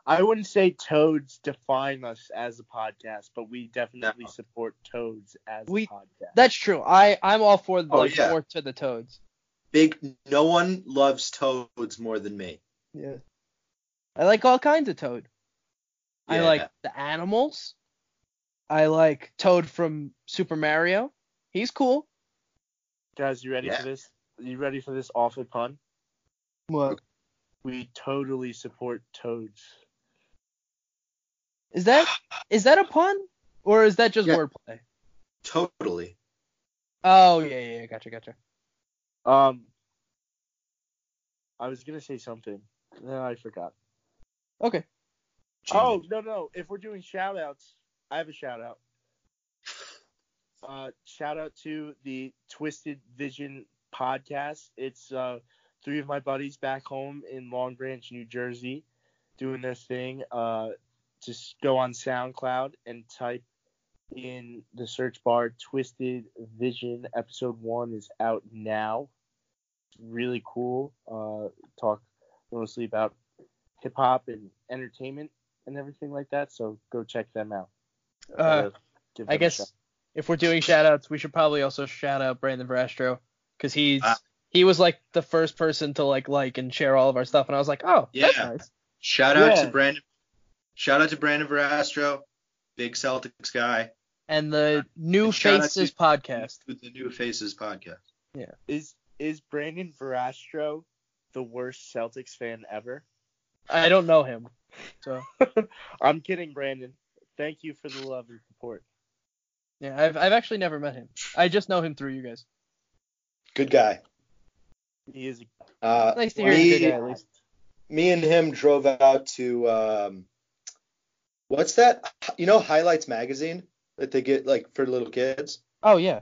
I wouldn't say toads define us as a podcast, but we definitely
No.
support toads as
We-
a podcast.
That's true. I I'm all for the
Oh,
like,
yeah.
more to the Toads.
Big. No one loves toads more than me.
Yeah. I like all kinds of Toad. I
Yeah.
like the animals. I like Toad from Super Mario. He's cool.
Guys, you ready
Yeah.
for this? You ready for this awful pun?
What
We totally support toads.
is that? Is that a pun or is that just
Yeah.
wordplay?
totally.
Oh yeah, yeah, yeah, gotcha, gotcha.
Um, I was gonna say something, then I forgot.
Okay.
Oh no no! If we're doing shout outs, I have a shout out. Uh, shout out to the Twisted Vision podcast. It's uh, three of my buddies back home in Long Branch, New Jersey, doing their thing. Uh, just go on SoundCloud and type in the search bar Twisted Vision. Episode one is out now. It's really cool. Uh, talk mostly about hip hop and entertainment and everything like that. So go check them out.
Uh,
give
I
them a shout.
guess if we're doing shout outs, we should probably also shout out Brandon Brastro because he's
Ah.
he was like the first person to like like and share all of our stuff, and I was like, oh, that's
Yeah.
nice.
Shout out
Yeah.
to Brandon. Shout out to Brandon Verastro, big Celtics guy.
And the new
And shout out
faces
to-
podcast.
With the New Faces podcast.
is is Brandon Verastro the worst Celtics fan ever?
I don't know him, so
I'm kidding, Brandon. Thank you for the love and support.
yeah, I've I've actually never met him. I just know him through you guys.
Good guy.
He is a
Uh,
Nice to hear
me,
you're a good guy, at least.
me and him drove out to um, what's that? You know, Highlights magazine that they get like for little kids.
Oh yeah.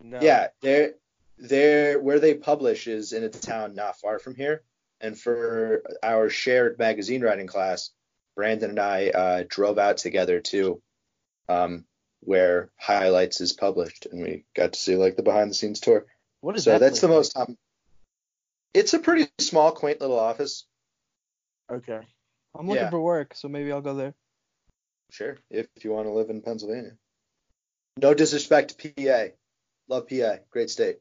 no.
Yeah, they're they're where they publish is in a town not far from here. And for our shared magazine writing class, Brandon and I uh, drove out together to um, where Highlights is published, and we got to see like the behind the scenes tour.
What is
So
that?
that's the
place?
most. Um, it's a pretty small, quaint little office.
Okay.
I'm looking
Yeah.
for work, so maybe I'll go there.
Sure, if you want to live in Pennsylvania. No disrespect to PA. Love PA. Great state.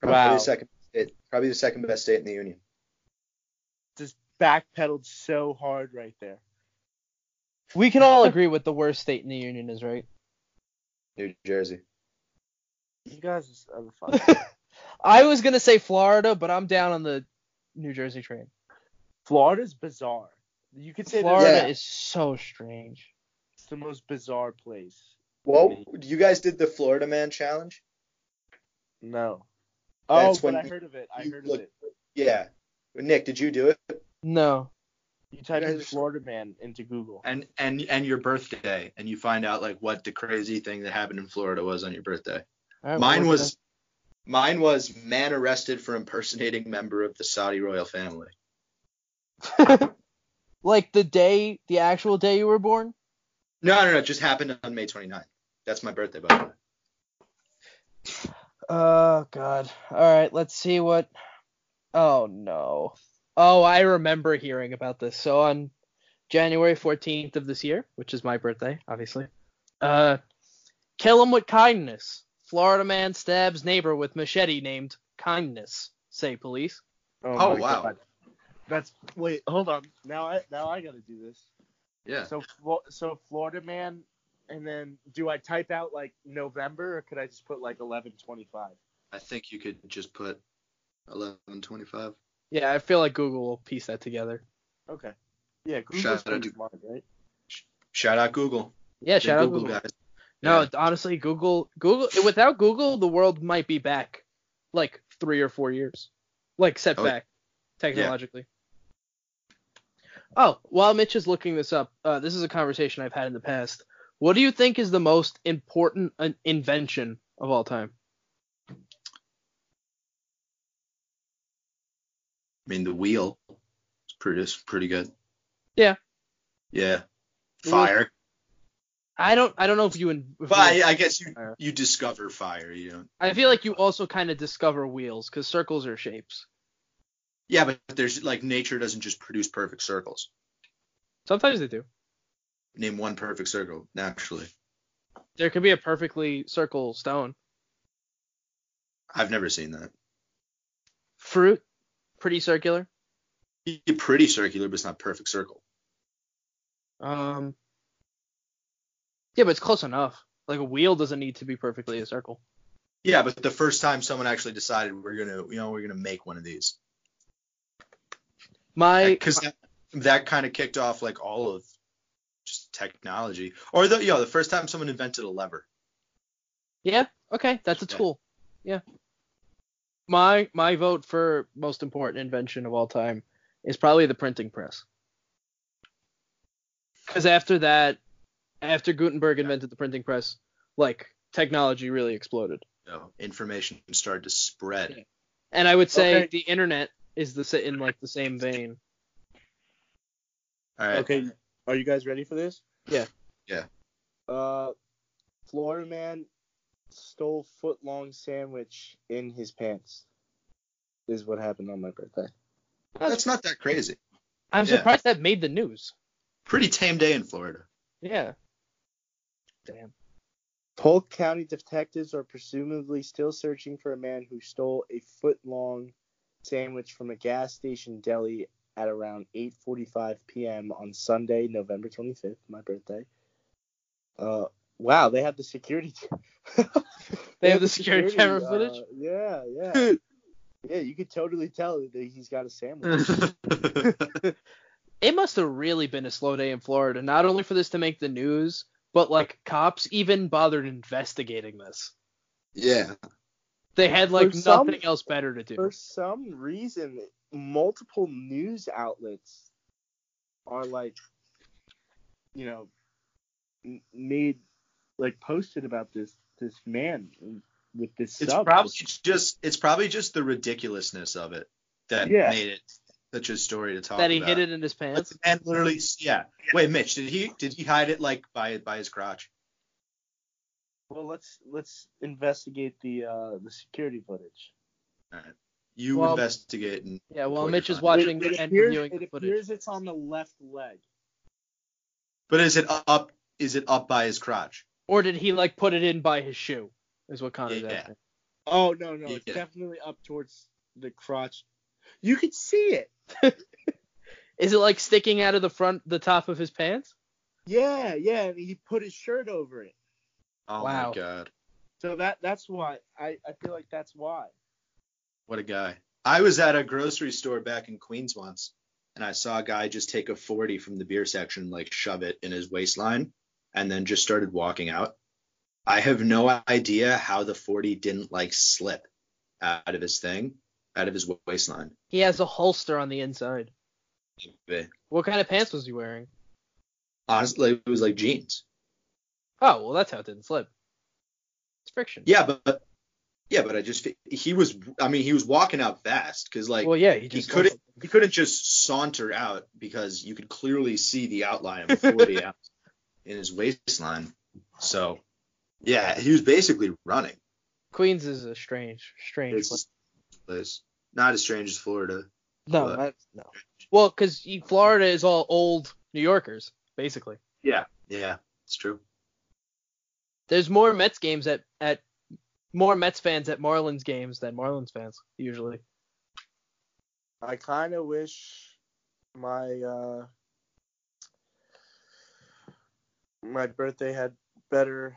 Probably
Wow.
the second state, probably the second best state in the union.
Just backpedaled so hard right there.
We can all agree what the worst state in the union is, right?
New Jersey.
You guys are the fuck.
I was gonna say Florida, but I'm down on the New Jersey train.
Florida's bizarre. You could say
Florida
Yeah.
is so strange.
it's the most bizarre place.
Well, you guys did the Florida Man challenge.
No. Oh,
That's
but
when
I
you-
heard of it. I
you
heard of
look-
it.
Yeah. Nick, did you do it?
No.
You type in
guys-
Florida man into Google.
And and and your birthday, and you find out like what the crazy thing that happened in Florida was on your birthday.
All right,
Mine
we're
was mine was man arrested for impersonating member of the Saudi royal family.
gonna- like the day, the actual day you were born.
No, no, no, it just happened on May 29th. That's my birthday, by the way.
Oh God. All right, let's see what. Oh no. Oh, I remember hearing about this. So on January 14th of this year, which is my birthday, obviously. Uh, kill him with kindness. Florida man stabs neighbor with machete named Kindness. Say police.
Oh, wow.
That's wait, hold on. Now I now I gotta do this.
Yeah.
So Flo- so Florida man, and then do I type out like November or could I just put like 1125?
I think you could just put 1125.
Yeah, I feel like Google will piece that together.
Okay. Yeah, Google's
Shout out
pretty
to-
smart, right?
Shout out Google.
Yeah, shout
The
out Google.
guys.
No,
Yeah.
honestly, Google, Google. Without Google, the world might be back like three or four years, like set
Oh,
back technologically. Oh, while Mitch is looking this up, uh, this is a conversation I've had in the past. What do you think is the most important in- invention of all time?
I mean, the wheel is pretty, is pretty good.
Yeah.
Yeah.
The wheel-
Fire.
I don't, I don't know if you. In- if
But
you-
I, I guess you
Fire.
you discover fire. You don't.
I feel like you also kind of discover wheels because circles are shapes.
Yeah, but there's like nature doesn't just produce perfect circles.
Sometimes they do.
Name one perfect circle naturally.
There could be a perfectly circle stone.
I've never seen that.
Fruit, pretty circular.
You're pretty circular, but it's not perfect circle.
Um. Yeah, but it's close enough. Like a wheel doesn't need to be perfectly a circle.
Yeah, but the first time someone actually decided we're gonna, you know, we're gonna make one of these,
My
because that, that kind of kicked off like all of just technology. Or the, you know, the first time someone invented a lever.
yeah, okay, that's a
Yeah.
tool. Yeah. My my vote for most important invention of all time is probably the printing press. Because after that, after Gutenberg invented the printing press, like technology really exploded.
You know, information started to spread.
Yeah. And I would say
Okay.
the internet is the sa- in like the same vein.
All right.
Okay, are you guys ready for this?
Yeah.
Yeah.
Uh, Florida man stole foot long sandwich in his pants. Is what happened on my birthday.
That's not that crazy.
I'm
Yeah.
surprised that made the news.
Pretty tame day in Florida.
Yeah. Damn.
Polk County detectives are presumably still searching for a man who stole a foot long sandwich from a gas station deli at around 8:45 p.m. on Sunday, November 25th, my birthday. Uh, wow, they have the security. they,
They have the security camera footage?
uh, yeah, yeah. Yeah, you could totally tell that he's got a sandwich.
It must have really been a slow day in Florida, not only for this to make the news, but like cops even bothered investigating this.
yeah.
They had like
For some-
nothing else better to do.
For some reason, multiple news outlets are like, you know, m- made like posted about this this man with this
It's
sub.
probably just it's probably just the ridiculousness of it that
Yeah.
made it such a story to talk
that he
about.
hid it in his
But
pants.
the man literally yeah. Wait, Mitch, did he did he hide it like by by his crotch?
well, let's let's investigate the uh, the security footage.
You
Well,
investigate and
Yeah, while
What
Mitch
you're
is
finding.
watching
it
and
appears,
reviewing
it
the footage.
appears it's on the left leg.
but is it up is it up by his crotch?
Or did he like put it in by his shoe? Is what Connor's
Yeah.
asking.
Oh no, no,
You
it's
get it.
definitely up towards the crotch. You can see it.
Is it like sticking out of the front, the top of his pants?
Yeah, yeah, and he put his shirt over it.
Oh
Wow.
my god,
So that that's why I I feel like that's why.
what a guy! I was at a grocery store back in Queens once, and I saw a guy just take a 40 from the beer section, like shove it in his waistline, and then just started walking out. I have no idea how the 40 didn't like slip out of his thing, out of his wa- waistline.
He has a holster on the inside.
But
What kind of pants was he wearing?
honestly, it was like jeans.
Oh, well, that's how it didn't slip. It's friction.
Yeah, but, but yeah, but I just he was I mean he was walking out fast because like
well, yeah, he
he
just
couldn't he couldn't just saunter out because you could clearly see the outline of 40 ounce in his waistline. So yeah, he was basically running.
Queens is a strange, strange.
It's
place.
just- it's not as strange as Florida.
No,
But-
that's no. Well, because Florida is all old New Yorkers, basically.
Yeah, yeah, it's true.
There's more Mets games at at more Mets fans at Marlins games than Marlins fans usually.
I kind of wish my uh my birthday had better.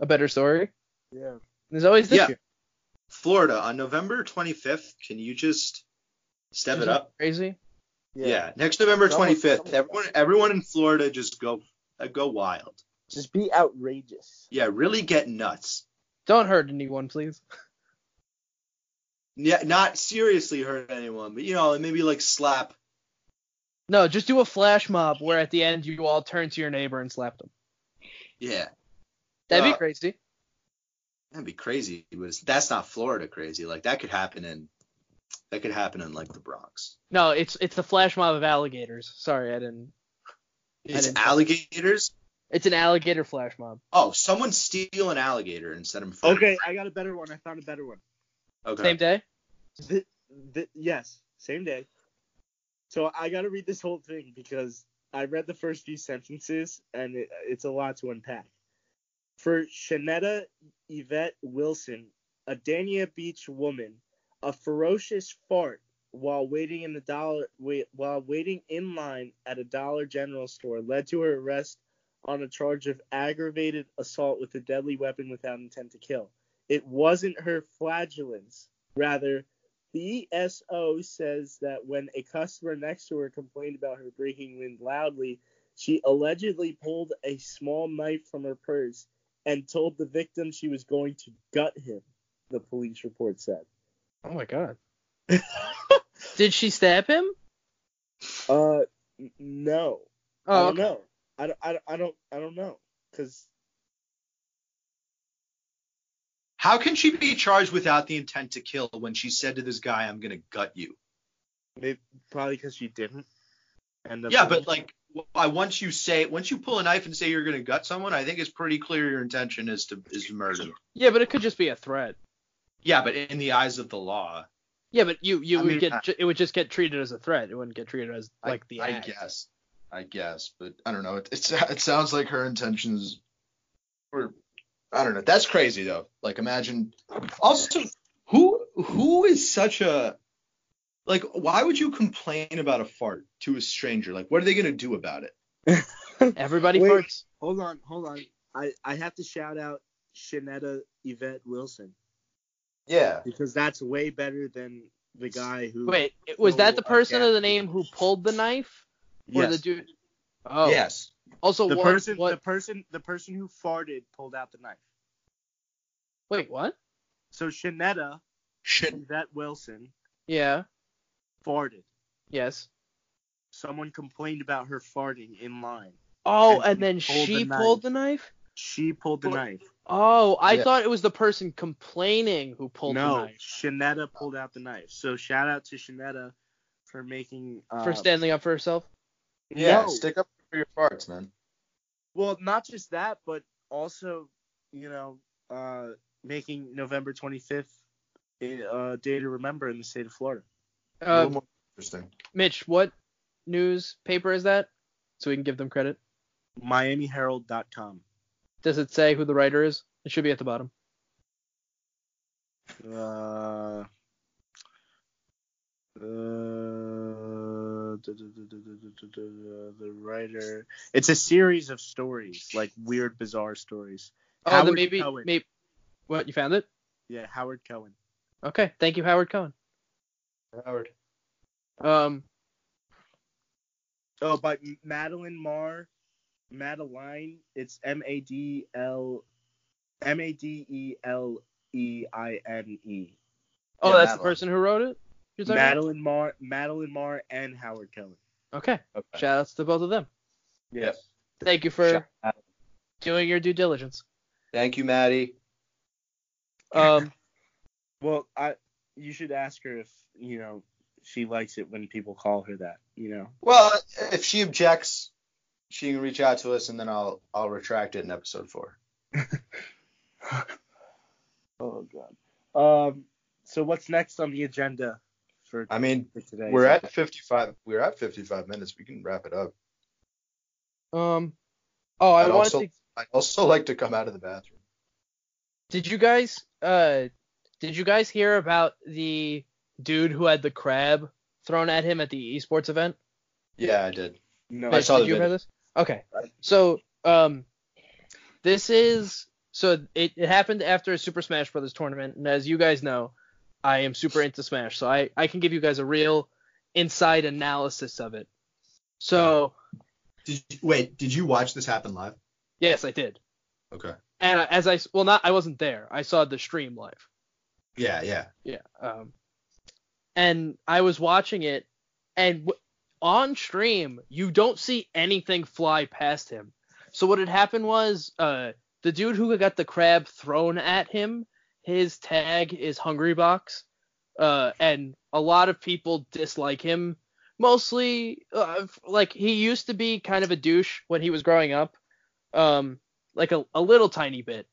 A better story.
Yeah.
There's always this
Yeah,
year.
Florida on November 25th. Can you just step it
Isn't that
up?
Crazy.
Mm-hmm. Yeah, next November
Someone-
25th.
someone-
Everyone everyone in Florida just go uh, go wild.
Just be outrageous.
Yeah, really get nuts.
Don't hurt anyone, please.
Yeah, not seriously hurt anyone, but you know, and maybe like slap.
No, just do a flash mob where at the end you all turn to your neighbor and slap them.
Yeah,
That'd
Uh,
be crazy.
that'd be crazy. It was that's not Florida crazy. Like that could happen in that could happen in like the Bronx.
No, it's it's the flash mob of alligators. Sorry, I didn't.
It's
didn't-
alligators.
It's an alligator flash mob.
Oh, someone steal an alligator and set him free.
Okay, I got a better one. I found a better one.
Okay.
Same day.
Th- th- yes, same day. So I got to read this whole thing because I read the first few sentences and it, it's a lot to unpack. For Shanetta Yvette Wilson, a Dania Beach woman, a ferocious fart while waiting in the dollar wait, while waiting in line at a Dollar General store led to her arrest on a charge of aggravated assault with a deadly weapon without intent to kill. It wasn't her flagellants, rather the ESO says that when a customer next to her complained about her breaking wind loudly, she allegedly pulled a small knife from her purse and told the victim she was going to gut him, the police report said.
Oh my god. Did she stab him?
Uh, n- no. I
Oh,
don't
okay.
know. I don't, I don't, I don't, I don't know. Because
How can she be charged without the intent to kill when she said to this guy, "I'm gonna gut you"?
probably because she didn't. And the
yeah,
police-
but like, I once you say once you pull a knife and say you're gonna gut someone, I think it's pretty clear your intention is to is to murder.
yeah, but it could just be a threat.
Yeah, but in the eyes of the law,
Yeah, but you you
I
would
mean,
get
I-
ju- it would just get treated as a threat. It wouldn't get treated as
I-
like the
I
act.
guess. I guess, but I don't know. It, it's it sounds like her intentions were I don't know. That's crazy though. Like imagine also who who is such a like why would you complain about a fart to a stranger? Like what are they going to do about it?
Everybody
Wait.
farts.
Hold on, hold on. I, I have to shout out Shanetta Yvette Wilson.
Yeah.
because that's way better than the guy who.
Wait, was that the
Oh,
person
yeah.
of the name who pulled the knife or
yes.
the dude? Oh,
Yes.
Also,
the
what,
person,
what?
the person, the person who farted pulled out the knife.
Wait, what?
So Shanetta
Shit.
Yvette Wilson
Yeah.
farted.
Yes.
Someone complained about her farting in line.
Oh, and,
And
then
pulled the
she
knife.
pulled the knife.
She pulled the
Well,
knife.
Oh, I
Yeah.
thought it was the person complaining who pulled the
no,
knife
Shanetta pulled out the knife. So shout out to Shanetta for making. Uh,
for standing up for herself.
Yeah,
no.
stick up for your farts, man.
Well, not just that, but also, you know, uh, making November 25th a uh, day to remember in the state of Florida.
A little
Uh,
more interesting.
Mitch, what newspaper is that? So we can give them credit.
MiamiHerald.com.
Does it say who the writer is? It should be at the bottom.
Uh, uh, duh, duh, duh, duh, duh, duh, duh, duh, the writer. It's a series of stories, like weird, bizarre stories.
Oh,
Howard
then maybe,
Cohen.
maybe. What you found it?
Yeah, Howard Cohen.
Okay, thank you, Howard Cohen.
Howard.
Um,
Oh, by M- Madeline Marr. Madeline. It's M A D L M A D E L E I N E.
oh,
Yeah,
that's the
Madeline.
person who wrote it. You're talking about?
Madeline Marr. Madeline Marr and Howard Cohen.
Okay,
Okay.
shout outs to both of them.
Yes.
Thank you for
Shout out.
doing your due diligence.
Thank you, Maddie.
Um,
Well, I you should ask her if you know she likes it when people call her that. You know.
Well, if she objects, she can reach out to us, and then I'll I'll retract it in episode four.
Oh God. Um. So what's next on the agenda for,
Uh,
I mean,
for today?
we're at 55. We're at 55 minutes. We can wrap it up.
um, oh, I
I'd
wanted
also-
to
I also like to come out of the bathroom.
Did you guys uh did you guys hear about the dude who had the crab thrown at him at the esports event?
Yeah, I did.
no.
I
Mitch,
saw
did
the
you hear
video.
this? Okay. So um this is so it, it happened after a Super Smash Brothers tournament, and as you guys know, I am super into Smash, so I, I can give you guys a real inside analysis of it. So
Did you, wait? Did you watch this happen live?
yes, I did.
Okay.
And uh, as I well not I wasn't there. I saw the stream live.
Yeah, yeah.
Yeah. Um, and I was watching it, and w- on stream you don't see anything fly past him. So what had happened was, uh, the dude who got the crab thrown at him, his tag is Hungry Box, uh, and a lot of people dislike him. Mostly, uh, f- like he used to be kind of a douche when he was growing up, um, like a, a little tiny bit.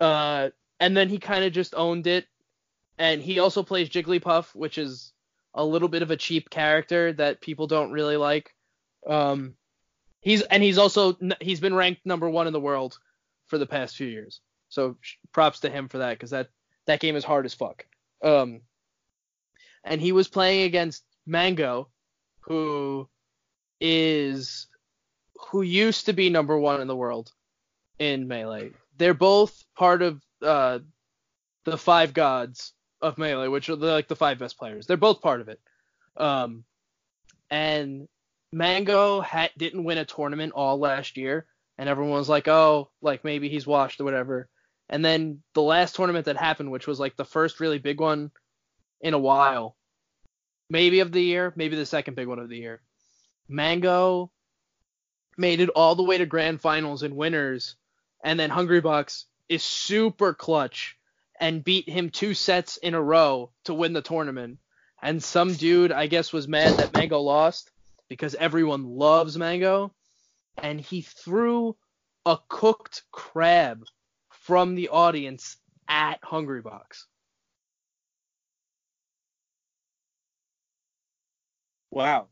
Uh, and then he kind of just owned it and he also plays Jigglypuff, which is a little bit of a cheap character that people don't really like. Um, he's and he's also n- he's been ranked number one in the world for the past few years. So sh- props to him for that because that that game is hard as fuck. Um, and he was playing against Mango, who is who used to be number one in the world in melee. They're both part of uh, the five gods of melee, which are the, like the five best players. They're both part of it. Um, and Mango ha- didn't win a tournament all last year, and everyone was like, oh, like maybe he's washed or whatever. And then the last tournament that happened, which was like the first really big one in a while, maybe of the year, maybe the second big one of the year, Mango made it all the way to grand finals and winners, and then Hungry Bucks is super clutch and beat him two sets in a row to win the tournament. And some dude, I guess, was mad that Mango lost because everyone loves Mango. And he threw a cooked crab from the audience at Hungry Box.
Wow.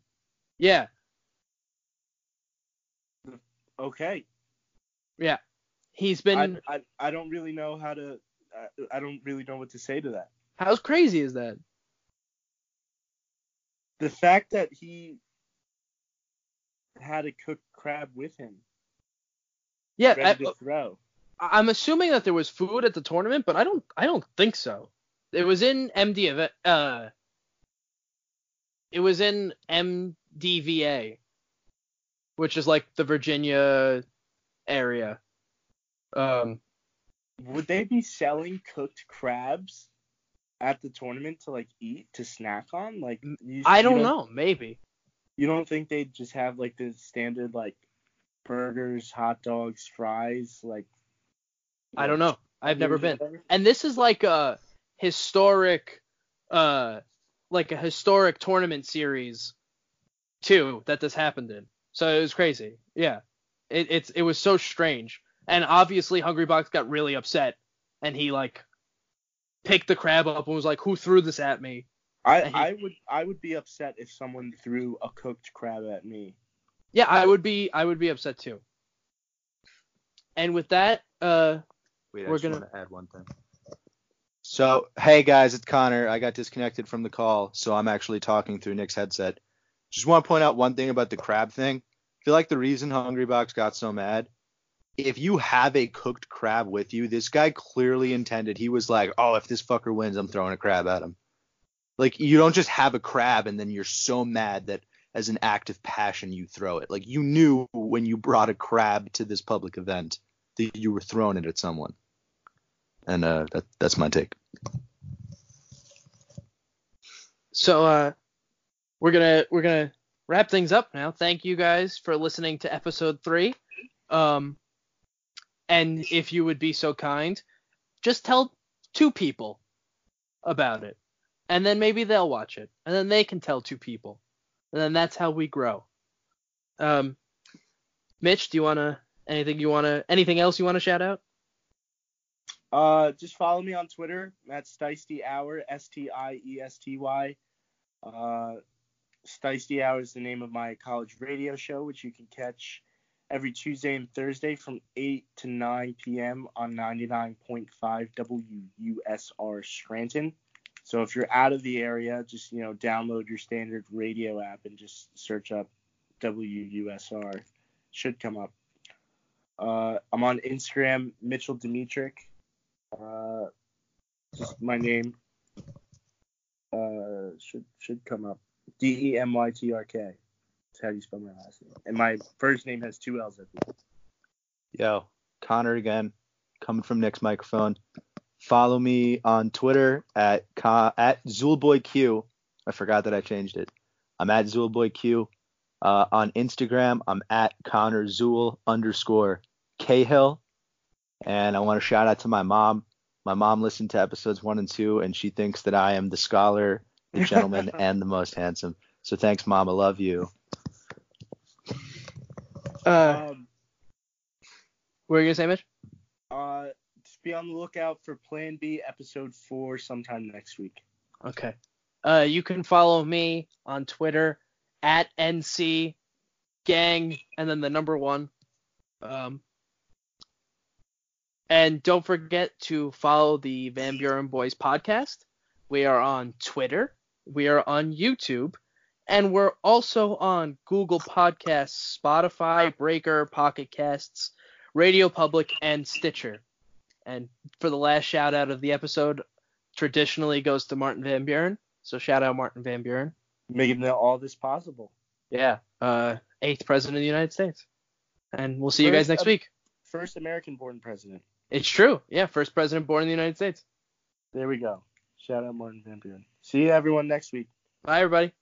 Yeah.
Okay.
He's been.
I, I I don't really know how to. I, I don't really know what to say to that.
how crazy is that?
The fact that he had a cooked crab with him,
Yeah. uh, I,
ready to throw.
I'm assuming that there was food at the tournament, but I don't. I don't think so. It was in MD event. Uh, it was in MDVA, which is like the Virginia area. Um,
Would they be selling cooked crabs at the tournament to like eat to snack on? Like you,
I
you
don't know. Maybe.
You don't think they'd just have like the standard like burgers, hot dogs, fries, like
I don't know. I've never
burgers
been.
or whatever?
And this is like a historic, uh, like a historic tournament series, too, that this happened in. So it was crazy. Yeah, it, it's it was so strange. And obviously, Hungry Box got really upset, and he like picked the crab up and was like, "Who threw this at me?"
I,
I hate-
I would I would be upset if someone threw a cooked crab at me.
Yeah, I would be I would be upset too. And with that, uh,
Wait,
We're gonna-
wanna add one thing.
So, hey guys, it's Connor. I got disconnected from the call, so I'm actually talking through Nick's headset. Just want to point out one thing about the crab thing. I feel like the reason Hungrybox got so mad if you have a cooked crab with you, this guy clearly intended he was like, oh, if this fucker wins, I'm throwing a crab at him. Like you don't just have a crab and then you're so mad that as an act of passion you throw it. Like you knew when you brought a crab to this public event that you were throwing it at someone. And uh, that, that's my take.
So uh, we're gonna we're gonna wrap things up now. Thank you guys for listening to episode three. Um, and if you would be so kind, just tell two people about it. And then maybe they'll watch it. And then they can tell two people. And then that's how we grow. Um, Mitch, do you wanna anything you wanna anything else you wanna shout out?
Uh, just follow me on Twitter, Matt Steisty Hour, S T I E S T Y. Uh, Steisty Hour is the name of my college radio show, which you can catch every Tuesday and Thursday from 8 to 9 p.m. on 99.5 WUSR Scranton. So if you're out of the area, just you know download your standard radio app and just search up WUSR. Should come up. Uh, I'm on Instagram, Mitchell Dimitrik. Uh, just my name. Uh, should should come up. D E M Y T R K how do you spell my last name. And my first name has two L's at the end.
Yo, Connor again, coming from Nick's microphone. Follow me on Twitter at co- at ZulboyQ. I forgot that I changed it. I'm at ZulboyQ. Uh, on Instagram, I'm at Connor Zool underscore Cahill. And I want to shout out to my mom. My mom listened to episodes one and two, and she thinks that I am the scholar, the gentleman, and the most handsome. So thanks, mom. I love you.
Uh,
Um,
what were you gonna say, Mitch?
uh, just be on the lookout for Plan B episode four sometime next week.
Okay. Uh, you can follow me on Twitter at NC Gang and then the number one. Um, and don't forget to follow the Van Buren Boys podcast. We are on Twitter, we are on YouTube, and we're also on Google Podcasts, Spotify, Breaker, Pocket Casts, Radio Public, and Stitcher. And for the last shout out of the episode, traditionally goes to Martin Van Buren. So shout out Martin Van Buren.
Making that all this possible.
Yeah. Uh, eighth president of the United States. And we'll see you
First
guys next
up-
week.
First American-born president.
It's true. Yeah. First president born in the United States.
There we go. Shout out Martin Van Buren. See you everyone next week.
Bye, everybody.